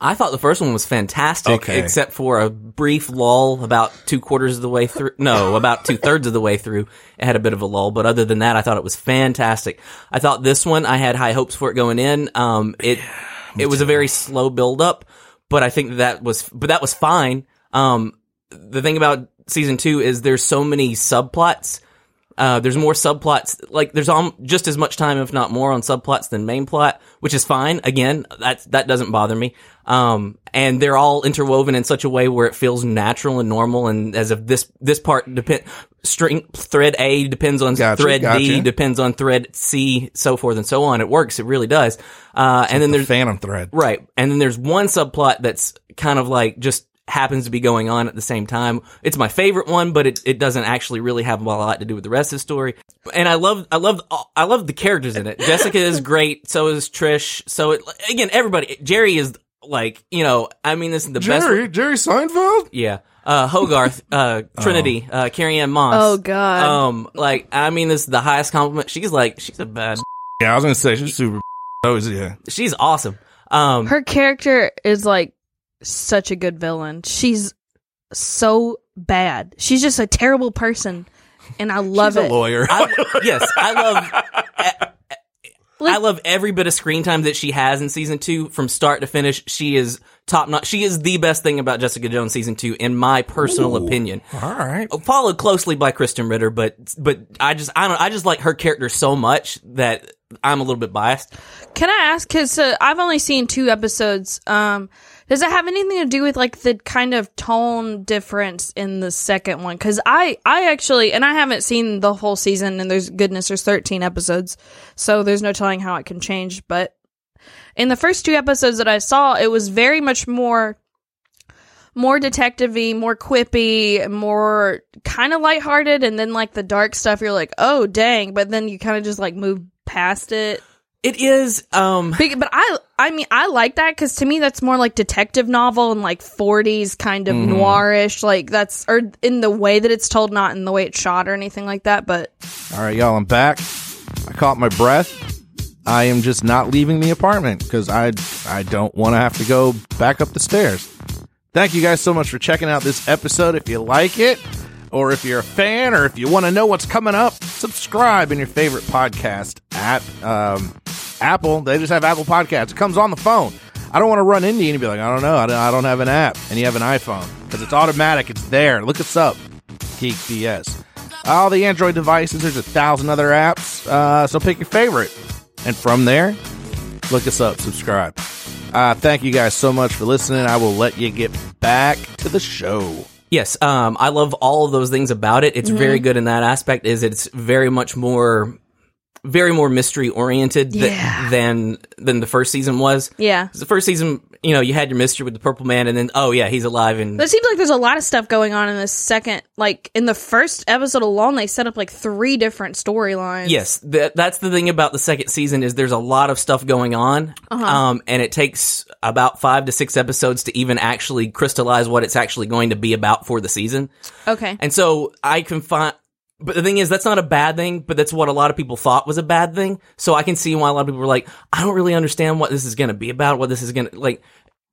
I thought the first one was fantastic,
Okay.
except for a brief lull about two quarters of the way through. No, about two thirds of the way through. It had a bit of a lull, but other than that, I thought it was fantastic. I thought this one, I had high hopes for it going in. Um, it, it was a very slow build up, but I think that was, but that was fine. Um, the thing about season two is there's so many subplots. Uh, there's more subplots. Like there's um, just as much time, if not more, on subplots than main plot, which is fine. Again, that that doesn't bother me. Um, and they're all interwoven in such a way where it feels natural and normal, and as if this this part depend string thread A depends on
Gotcha,
thread
gotcha.
D depends on thread C, so forth and so on. It works. It really does. Uh, and then
The
there's
Phantom Thread.
Right. And then there's one subplot that's kind of like just happens to be going on at the same time. It's my favorite one, but it, it doesn't actually really have a lot to do with the rest of the story. And I love, I love, I love the characters in it. Jessica is great. So is Trish. So it, again, everybody, Jerry is like, you know, I mean, this is the best.
Jerry, Jerry Seinfeld?
Yeah. Uh, Hogarth, uh, Trinity, uh, Carrie Ann Moss.
Oh, God.
Um, like, I mean, this is the highest compliment. She's like, she's a bad,
Yeah, I was gonna say she's [LAUGHS] super Oh yeah.
she's awesome. Um,
Her character is like such a good villain. She's so bad. She's just a terrible person, and I love
She's a
it.
lawyer.
I, yes, I love. eh,
Like-
I love every bit of screen time that she has in season two, from start to finish. She is top notch. She is the best thing about Jessica Jones season two, in my personal opinion.
All right.
Followed closely by Kristen Ritter, but but I just I don't I just like her character so much that I'm a little bit biased.
Can I ask? Because uh, I've only seen two episodes. Um, does it have anything to do with like the kind of tone difference in the second one? Because I, I actually, and I haven't seen the whole season. And there's goodness, there's 13 episodes, so there's no telling how it can change. But in the first two episodes that I saw, it was very much more. More detective-y, more quippy, more kind of lighthearted, and then like the dark stuff, you're like, oh dang! But then you kind of just like move past it.
It is um
Big, but I, I mean, I like that because to me that's more like detective novel and like forties kind of
Mm-hmm.
noirish. Like that's or in the way that it's told, not in the way it's shot or anything like that. But
All right, y'all, I'm back. I caught my breath. I am just not leaving the apartment because I I don't want to have to go back up the stairs. Thank you guys so much for checking out this episode. If you like it, or if you're a fan, or if you want to know what's coming up, subscribe in your favorite podcast app. Um, Apple, they just have Apple Podcasts. It comes on the phone. I don't want to run into you and be like, I don't know, I don't, I don't have an app, and you have an iPhone because it's automatic. It's there. Look us up. Geek BS. All the Android devices, there's a thousand other apps, uh, so pick your favorite. And from there, look us up, subscribe. Uh, thank you guys so much for listening. I will let you get back to the show.
Yes, um, I love all of those things about it. It's very good in that aspect. Is it's very much more, very more mystery oriented th-
Yeah.
than than the first season was.
Yeah.
'Cause the first season, you know, you had your mystery with the purple man, and then oh yeah, he's alive, and
it seems like there's a lot of stuff going on in this second. Like in the first episode alone, they set up like three different storylines.
yes, that that's the thing about the second season is there's a lot of stuff going on, um, and it takes about five to six episodes to even actually crystallize what it's actually going to be about for the season.
Okay.
And so I can find, but the thing is, that's not a bad thing, but that's what a lot of people thought was a bad thing. So I can see why a lot of people were like, I don't really understand what this is going to be about, what this is going to, like,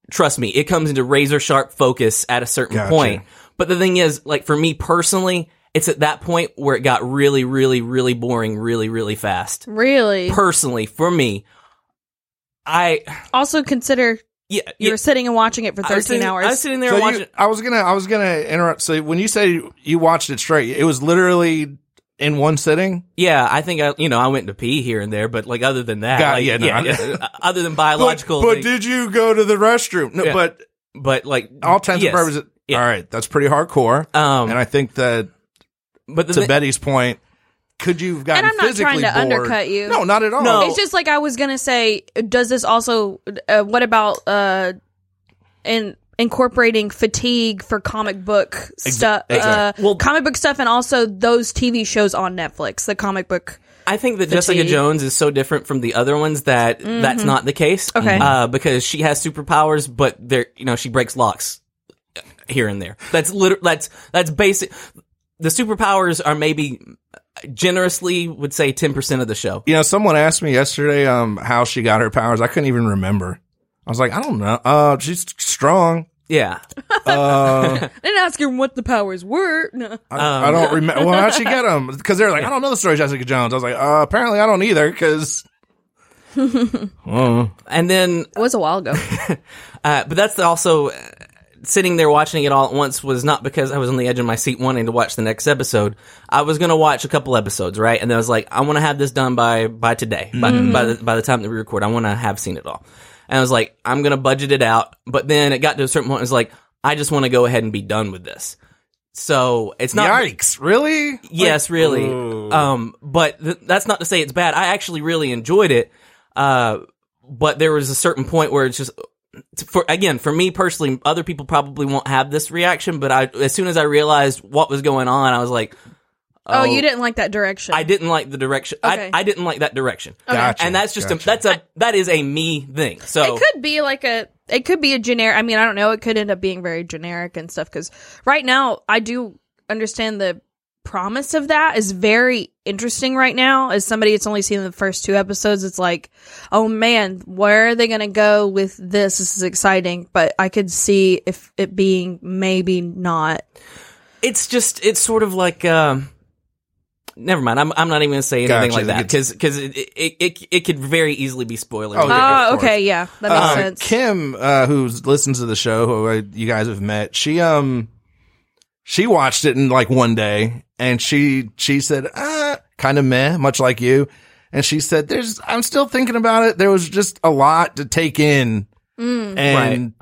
trust me, it comes into razor sharp focus at a certain
Gotcha.
point. But the thing is, like for me personally, it's at that point where it got really, really, really boring, really, really fast.
Really?
Personally, for me, I
also consider
yeah,
you
yeah,
were sitting and watching it for
I
13
was sitting,
hours.
I was sitting there
So you-
watching.
I was gonna, I was gonna interrupt. So when you say you watched it straight, it was literally in one sitting.
yeah, I think I, you know, I went to pee here and there, but like other than that,
God,
like,
yeah, no, I-
[LAUGHS] other than biological,
But, but
like-
did you go to the restroom? No,
Yeah.
but
but like
all kinds
yes.
of purposes.
Yeah.
All right, that's pretty hardcore. oh,
Um,
and I think that
but the
to
thi-
Betty's point, could you have gotten
And I'm not
physically
trying to
bored?
undercut you.
No, not at all.
No.
It's just like I was gonna say. Does this also? Uh, what about uh, in incorporating fatigue for comic book stuff?
exactly.
Uh, comic book stuff, and also those TV shows on Netflix, the comic book.
I think that Jessica
fatigue. Mm-hmm.
Jones is so different from the other ones that that's not the case.
Okay.
uh, because she has superpowers, but there, you know, she breaks locks here and there. That's liter- That's that's basic. The superpowers are maybe generously would say ten percent of the show.
You know, someone asked me yesterday um, how she got her powers. I couldn't even remember. I was like, I don't know. Uh, she's strong.
Yeah,
Uh,
I didn't ask him what the powers were. No.
I,
Um.
I don't remember. Well, how'd she
[LAUGHS]
get them? Because they're like, I don't know the story, of Jessica Jones. I was like, uh, apparently I don't either. Because
and then
It was a
[LAUGHS]
while ago.
Uh, but that's also uh, sitting there watching it all at once was not because I was on the edge of my seat wanting to watch the next episode. I was going to watch a couple episodes, right? And then I was like, I want to have this done by by today, by by, the, by the time that we record. I want to have seen it all. And I was like, I'm going to budget it out. But then it got to a certain point. I was like, I just want to go ahead and be done with this. So it's not
yikes, really?
Yes, really. Um, but th- that's not to say it's bad. I actually really enjoyed it. Uh, but there was a certain point where it's just for again for me personally. Other people probably won't have this reaction, but I as soon as I realized what was going on, I was like,
oh, you didn't like that direction.
I didn't like the direction.
Okay.
I, I didn't like that direction.
Gotcha,
And that's just
gotcha.
a that's a that is a me thing. So
It could be like a. It could be a generic. I mean, I don't know. It could end up being very generic and stuff. Because right now, I do understand the promise of that is very interesting right now. As somebody that's only seen the first two episodes, it's like, oh man, where are they going to go with this? This is exciting. But I could see if it being maybe not.
it's just it's sort of like um never mind i'm, I'm not even going to say anything
Gotcha,
like
like
that because it, it, it, it could very easily be spoiler
Oh, yeah.
Oh,
of course.
okay, yeah, that makes
Um,
sense.
Kim, uh, who listens to the show, who I, you guys have met, she um, she watched it in like one day, and she she said, ah, kind of meh, much like you, and she said, "There's, I'm still thinking about it. There was just a lot to take in,
Mm.
and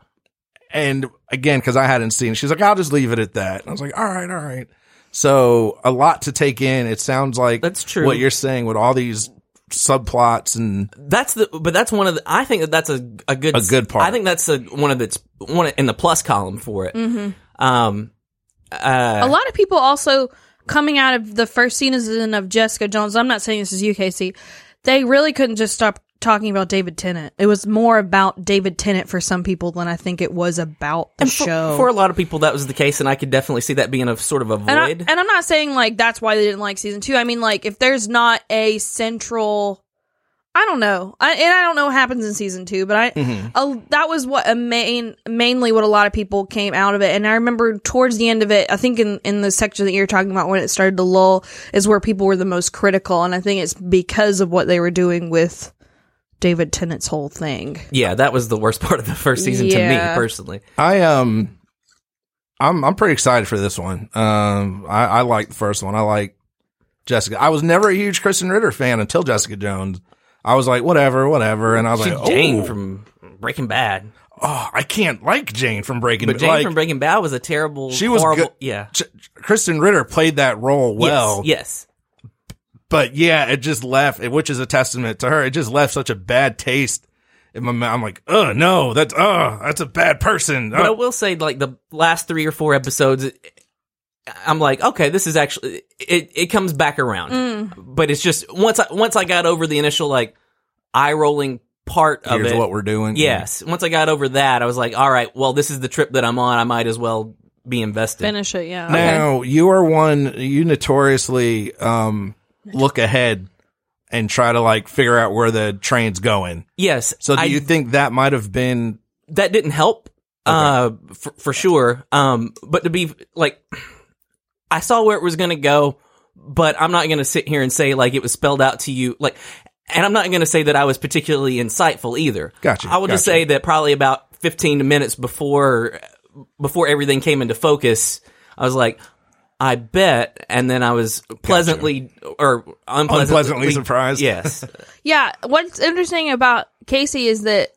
and again, because I hadn't seen, it, she's like, I'll just leave it at that. And I was like, all right, all right. So a lot to take in. It sounds like
That's true.
What you're saying with all these subplots and
that's the but that's one of the i think that that's a, a good
A good part.
i think that's a, one of the one in the plus column for it
Mm-hmm.
um
a lot of people also coming out of the first season of Jessica Jones. I'm not saying this is UKC. They really couldn't just stop talking about David Tennant. It was more about David Tennant for some people than I think it was about the
for,
show.
for a lot of people that was the case and i could definitely see that being a sort of a void
and, I, and I'm not saying like that's why they didn't like season two. I mean, like if there's not a central, I don't know, I, and I don't know what happens in season two, but I a- that was what a main mainly what a lot of people came out of it. And I remember towards the end of it, I think in in the section that you're talking about when it started to lull is where people were the most critical, and I think it's because of what they were doing with David Tennant's whole thing.
yeah that was the worst [LAUGHS] part of the first season to
Yeah.
me personally
I um, I'm I'm pretty excited for this one. Um, I I like the first one. I like Jessica. I was never a huge Kristen Ritter fan until Jessica Jones. I was like, whatever, whatever, and I was like,
jane
oh,
from breaking bad
oh, I can't like Jane from Breaking
but
Bad.
jane
Like,
from breaking bad was a terrible
She was
horrible
good-
yeah
J- Kristen Ritter played that role well,
yes, yes.
but yeah, it just left, which is a testament to her. It just left such a bad taste in my mouth. I'm like, oh no, that's oh, that's a bad person.
But I
Uh,
will say, like the last three or four episodes, it- I'm like, okay, this is actually it. It comes back around, but it's just once I once I got over the initial like eye rolling part of
here's
it.
what we're doing.
yes, once I got over that, I was like, all right, well, this is the trip that I'm on. I might as well be invested.
Finish it, yeah.
Now you are one. You notoriously um, look ahead and try to like figure out where the train's going.
Yes,
So do
I,
you think that might have been?
that didn't help. uh, for, for sure. Um, but to be like, I saw where it was going to go, but I'm not going to sit here and say like it was spelled out to you. Like, and I'm not going to say that I was particularly insightful either.
Gotcha,
I will just
gotcha.
say that probably about 15 minutes before before everything came into focus, I was like. I bet, and then I was pleasantly or unpleasantly,
Unpleasantly surprised. [LAUGHS]
Yes,
Yeah, what's interesting about Casey is that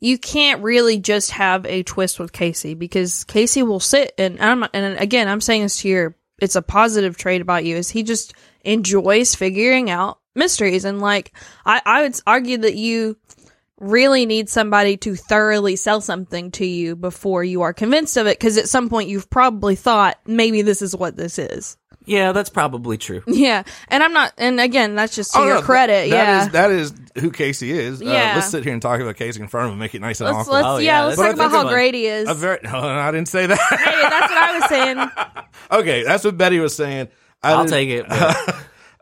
you can't really just have a twist with Casey because Casey will sit and I'm and again I'm saying this to your it's a positive trait about you is he just enjoys figuring out mysteries and like I I would argue that you really need somebody to thoroughly sell something to you before you are convinced of it because at some point you've probably thought maybe this is what this is. [LAUGHS]
yeah, that's probably true.
Yeah. And I'm not and again that's just to
Oh,
your
no, that-
credit. yeah.
that is that is who Casey is.
Yeah.
Uh, let's sit here and talk about Casey in front of him, and make it nice and
Let's,
awkward.
let's
Oh,
yeah,
yeah,
let's
that's-
talk about
that's a
how
good one.
great he is.
A very, [LAUGHS] no, I didn't say that.
Hey,
[LAUGHS]
that's what I was saying.
okay, that's what Betty was saying. I
I'll
didn't- [LAUGHS]
take it. but-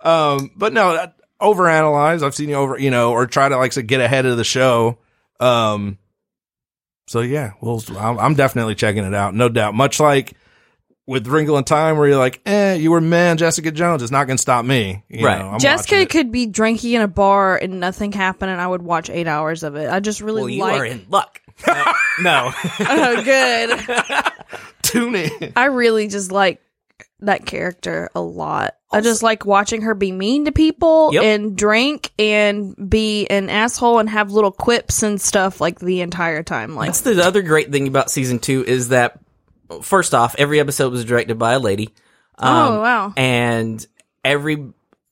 Um, but no, that- overanalyze. I've seen you over, you know, or try to like say, get ahead of the show. Um, so yeah, well, I'm, I'm definitely checking it out, no doubt. Much like with Wrinkle in Time, where you're like, eh, you were man, Jessica Jones. It's not going to stop me, You
Right.
know, I'm watching
Jessica
it.
could be drinking in a bar and nothing happen, and I would watch eight hours of it. I just really
well, you
like.
are in luck. No, no.
oh, [LAUGHS]
[LAUGHS]
good.
[LAUGHS] tune in.
I really just like that character a lot. I just like watching her be mean to people
Yep.
and drink and be an asshole and have little quips and stuff like the entire time. Like,
That's the other great thing about season two is that first off, every episode was directed by a lady. Um,
oh wow,
and every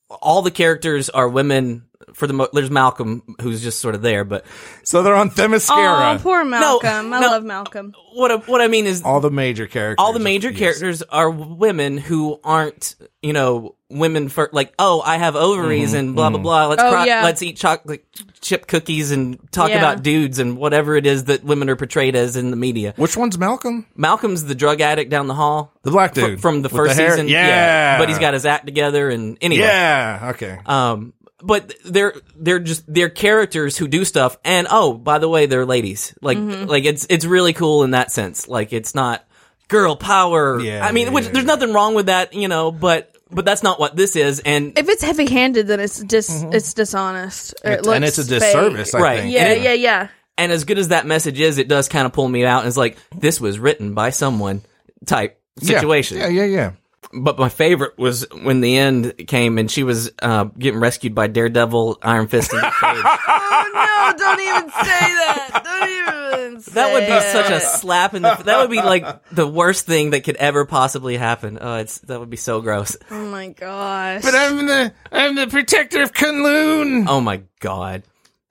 all the characters are women. For the mo- there's Malcolm who's just sort of there, but
So they're on
oh
Themyscira.
poor Malcolm. I
uh, no.
love Malcolm.
what I, what I mean is
all the major characters.
all the major
Yes.
characters are women who aren't you know women for like oh I have ovaries
Mm-hmm,
and blah blah blah. Let's
Oh,
cry,
yeah.
let's eat chocolate chip cookies and talk
Yeah.
about dudes and whatever it is that women are portrayed as in the media.
Which one's Malcolm?
Malcolm's the drug addict down the hall
The black
fr-
dude
from the
with
first
hair?
season.
Yeah.
but he's got his act together, and anyway,
Yeah. Okay.
um, but they're they're just they're characters who do stuff, and oh, by the way, they're ladies. Like like it's it's really cool in that sense. Like it's not girl power.
Yeah,
I mean,
yeah,
which
yeah,
there's nothing wrong with that, you know, but. But that's not what this is, and
if it's heavy handed, then it's dis
Mm-hmm.
it's dishonest. Or it
It's- and
looks
it's a
fake.
disservice, I
Right.
think.
Yeah, yeah, yeah.
and as good as that message is, it does kind of pull me out. And it's like this was written by someone type
Yeah.
situation.
Yeah, yeah, yeah.
but my favorite was when the end came and she was uh, getting rescued by Daredevil, Iron Fist,
[LAUGHS]
and Luke Cage.
[LAUGHS] Oh no! Don't even say that. Don't even. [LAUGHS] Say
That would be
it.
such a slap in the. That would
[LAUGHS]
be like the worst thing that could ever possibly happen. Oh, it's that would be so gross.
Oh my gosh.
But I'm the I'm the protector of Kunlun.
Oh my god.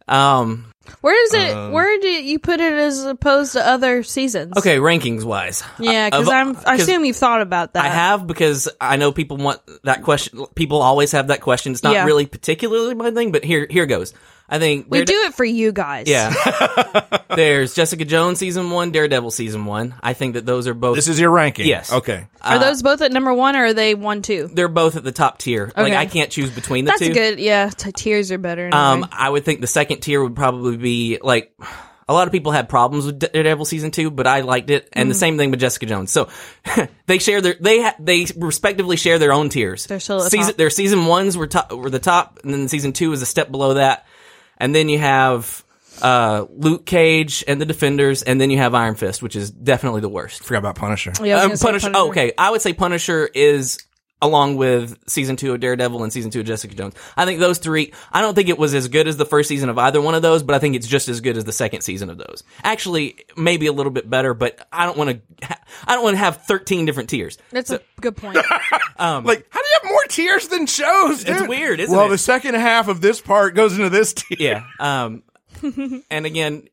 Um.
where is it? where do you put it as opposed to other seasons?
Okay, rankings wise.
Yeah, because
Of-
I'm. I
'cause
assume you've thought about that.
I have because I know people want that question. People always have that question. It's not
Yeah.
really particularly my thing, but here, here goes. I think
We
Darede-
do it for you guys.
Yeah. There's Jessica Jones season one, Daredevil season one. I think that those are both.
This is your ranking.
Yes.
Okay.
Are those both at number one, or are they one two?
they're uh, both at the top tier. Like
Okay.
I can't choose between the
That's
two.
good. Yeah, t- tears are better. Anyway.
Um, I would think the second tier would probably be like a lot of people had problems with Daredevil season two, but I liked it, and the
Hmm.
same thing with Jessica Jones. So [LAUGHS] they share their they ha- they respectively share their own tiers.
They're still at the
season
top.
their season ones were top were the top, and then season two is a step below that, and then you have. Uh, Luke Cage and the Defenders, and then you have Iron Fist, which is definitely the worst.
Forgot about Punisher.
yeah, I was
Um,
gonna say
Punisher. Oh, okay, I would say Punisher is along with season two of Daredevil and season two of Jessica Jones. I think those three. I don't think it was as good as the first season of either one of those, but I think it's just as good as the second season of those. Actually, maybe a little bit better, but I don't want to. Ha- [LAUGHS] I don't want to have thirteen different tiers.
That's a good
[LAUGHS]
point.
Like, how do you have more tiers than shows? Dude?
Um, weird, isn't
well,
it?
the second half of this part goes into this tier.
Yeah. Um, and again,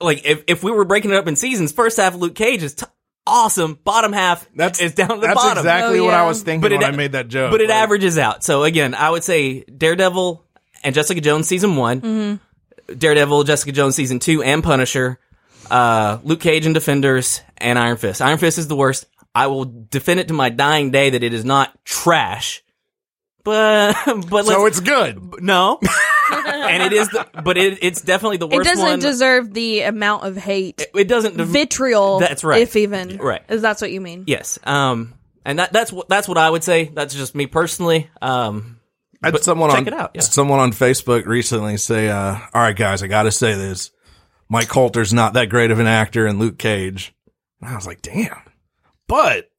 like if if we were breaking it up in seasons, first half Luke Cage is. T- Awesome. Bottom half
That's
is down at the
that's
bottom.
exactly
Oh,
what
yeah.
I was thinking
But it
when I
a-
made that joke.
but it
Like,
averages out. So again, I would say Daredevil and Jessica Jones season one,
Mm-hmm.
Daredevil, Jessica Jones season two, and Punisher, uh, Luke Cage and Defenders, and Iron Fist. Iron Fist is the worst. I will defend it to my dying day that it is not trash, but [LAUGHS] but
so [LAUGHS]
let's,
it's good.
no. and it is, the, but it, it's definitely the
It
worst
doesn't
one.
deserve the amount of hate,
it doesn't dev-
vitriol.
That's right.
If even
Right.
is that's what you mean?
Yes. Um. And that that's what that's what I would say. That's just me personally. Um.
I had
But
someone
check
on
it out, yeah.
someone on Facebook recently say, uh, "All right, guys, I got to say this. Mike Coulter's not that great of an actor in Luke Cage." And I was like, "Damn!" But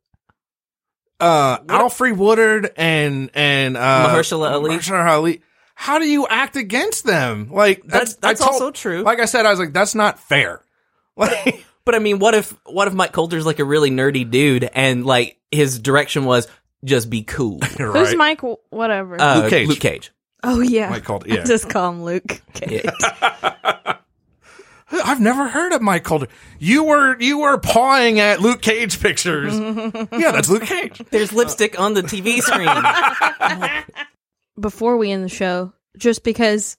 uh, Alfred Woodard and and uh,
Mahershala Ali.
Mahershala Ali, How do you act against them? Like
That's-
I- I
that's
told-
also true.
Like I said, I was like, "That's not fair." [LAUGHS] Like,
But I mean, what if what if Mike Coulter's like a really nerdy dude and like his direction was just be
[LAUGHS]
cool?
Who's
right?
Mike? w- Whatever.
Uh,
Luke Cage.
Luke Cage.
oh yeah.
Mike Coulter, yeah.
Just call him Luke. [LAUGHS]
Yeah.
I've never heard of Mike Coulter. You were you were pawing at Luke Cage
[LAUGHS]
pictures. yeah, that's Luke Cage.
There's lipstick on the TV screen.
before we end the show, just because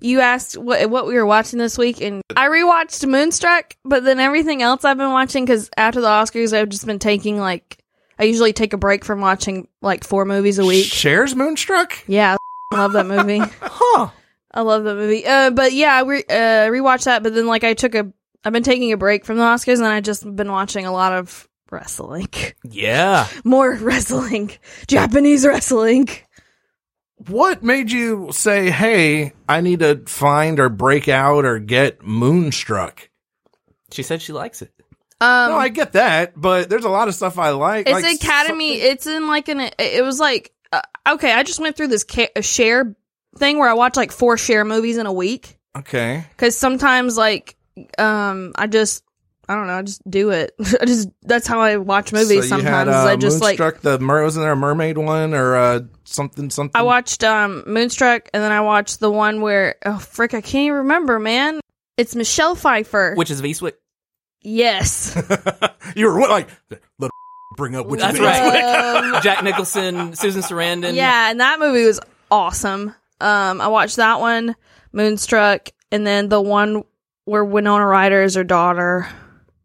you asked what what we were watching this week, and I rewatched Moonstruck, but then everything else I've been watching because after the Oscars, I've just been taking like I usually take a break from watching like four movies a week.
Shares Moonstruck?
Yeah, I [LAUGHS] love that movie.
[LAUGHS] Huh.
I love that movie. Uh, but yeah, I re- uh, rewatched that, but then like I took a I've been taking a break from the Oscars, and I just been watching a lot of wrestling, [LAUGHS]
yeah.
more wrestling, Japanese wrestling.
What made you say, hey, I need to find or break out or get Moonstruck?
She said she likes it.
Um,
no, I get that, but there's a lot of stuff I like.
It's
like
Academy. It's in like an. It was like uh, okay. I just went through this ca- share thing where I watch like four share movies in a week
some- okay.
because sometimes like um I just I don't know I just do it. [LAUGHS] I just that's how I watch
So you
movies. sometimes
had, uh,
I just like
Moonstruck, the mer- wasn't there a mermaid one or uh, something? Something.
I watched um Moonstruck and then I watched the one where oh frick I can't even remember man. It's Michelle Pfeiffer.
Which is Veaswick.
yes.
[LAUGHS] you were like, let bring up what you
[LAUGHS] That's
think.
right.
Um,
Jack Nicholson, Susan Sarandon.
yeah, and that movie was awesome. Um, I watched that one, Moonstruck, and then the one where Winona Ryder is her daughter.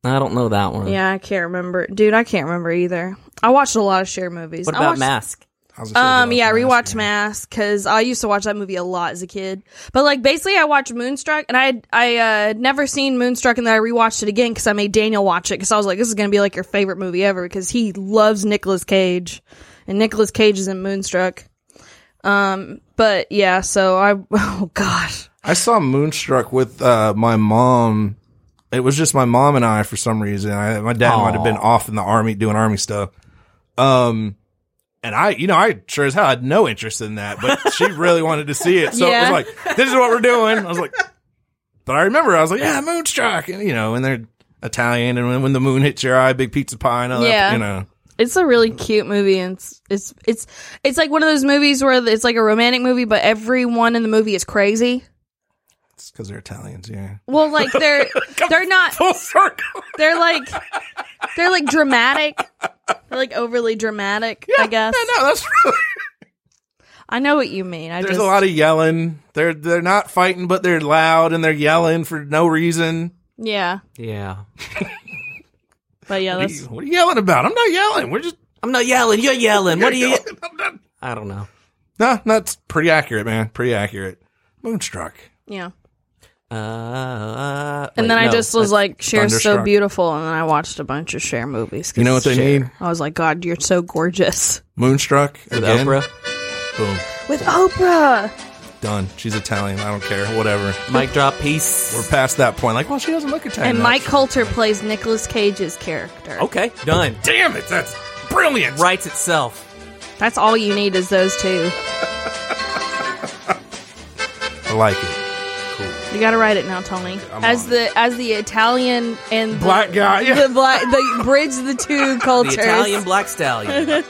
I don't know that one.
Yeah, I can't remember, dude. I can't remember either. I watched a lot of share movies.
What
I
about
watched,
Mask?
I was gonna say,
Um,
what
yeah,
else am I
rewatch
asking?
Mask because I used to watch that movie a lot as a kid. But like, basically, I watched Moonstruck, and I I uh, had never seen Moonstruck, and then I rewatched it again because I made Daniel watch it because I was like, this is gonna be like your favorite movie ever because he loves Nicolas Cage, and Nicolas Cage is in Moonstruck. Um, but yeah, so I [LAUGHS] oh gosh,
I saw Moonstruck with uh, my mom. It was just my mom and I for some reason. I, my dad might have been off in the army doing army stuff. Um, and I, you know, I sure as hell had no interest in that,
[LAUGHS]
but she really wanted to see it. So
Yeah.
it was like, this is what we're doing. I was like, but I remember I was like, yeah, Moonstruck. And, you know, and they're Italian. And when, when the moon hits your eye, big pizza pie and all
Yeah.
that, you know.
it's a really cute movie, and it's it's it's it's like one of those movies where it's like a romantic movie, but everyone in the movie is crazy.
It's because they're Italians, yeah. [LAUGHS]
Well, like they're they're not
Full circle.
They're like they're like dramatic. They're like overly dramatic, I guess.
No, that's really.
I know what you mean. I
There's
just
a lot of yelling. They're they're not fighting, but they're loud and they're yelling for no reason.
Yeah.
Yeah.
But yeah,
What are, you,
that's
what are you yelling about? I'm not yelling. We're just
I'm not yelling. You're yelling. What are you?
I'm not,
I don't know.
no, that's pretty accurate, man. Pretty accurate. Moonstruck.
yeah.
Uh,
And
wait,
then I
no.
just was like, Cher's so
Thunderstruck.
beautiful and then I watched a bunch of Cher movies. 'cause
You know what they
Cher-
need?
I was like, God, you're so gorgeous.
Moonstruck
With
again.
Oprah,
Boom.
With Oprah.
Done. She's Italian. I don't care. Whatever.
mic drop, peace.
We're past that point. Like, well, she doesn't look Italian.
And
though.
Mike Coulter plays Nicolas Cage's character.
Oh.
okay, done.
Damn it, that's brilliant.
Writes itself.
That's all you need is those two.
I like it.
You gotta write it now, Tony.
I'm
as
on
the as the Italian and the-
Black guy. Yeah. [LAUGHS]
the black the bridge the two
The
cultures. [LAUGHS]
Italian black stallion.